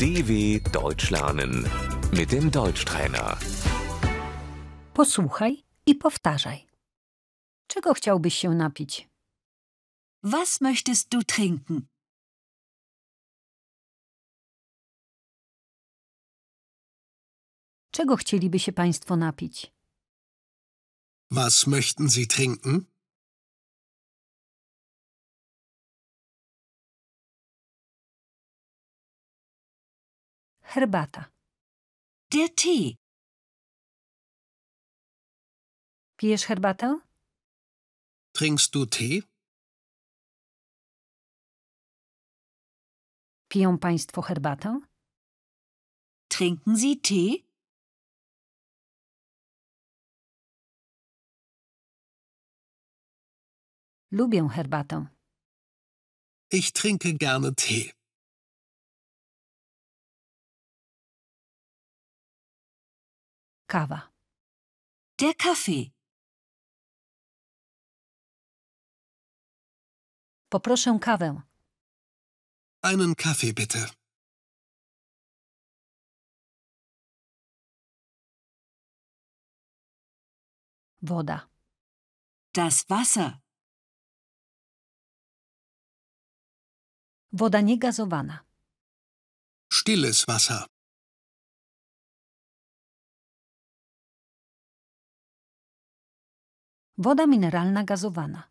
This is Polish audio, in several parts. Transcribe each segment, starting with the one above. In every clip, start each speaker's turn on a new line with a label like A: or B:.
A: DW Deutsch lernen mit dem Deutschtrainer.
B: Posłuchaj i powtarzaj. Czego chciałbyś się napić?
C: Was möchtest du trinken?
B: Czego chcieliby się Państwo napić?
D: Was möchten Sie trinken?
B: Herbata,
C: Der Tee.
B: Pijesz herbatę?
D: Trinkst du Tee?
B: Piją Państwo herbatę?
C: Trinken Sie Tee?
B: Lubię herbatę.
D: Ich trinke gerne Tee.
B: Kawa,
C: Der Kaffee.
B: poproszę kawę.
D: Einen Kaffee bitte.
B: Woda,
C: Das Wasser.
B: woda niegazowana.
D: Stilles Wasser.
B: Woda mineralna gazowana.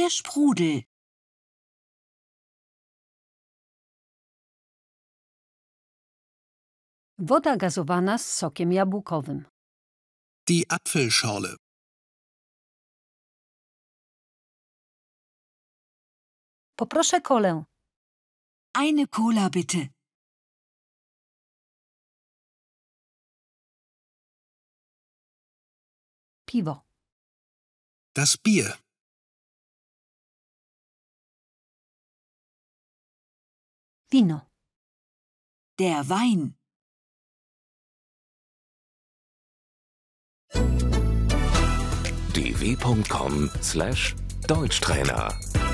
C: Der Sprudel.
B: Woda gazowana z sokiem jabłkowym.
D: Die Apfelschorle.
B: Poproszę kolę.
C: Eine Cola bitte.
B: Piwo,
D: Das Bier.
B: wino,
C: Der Wein.
A: dw.com/deutschtrainer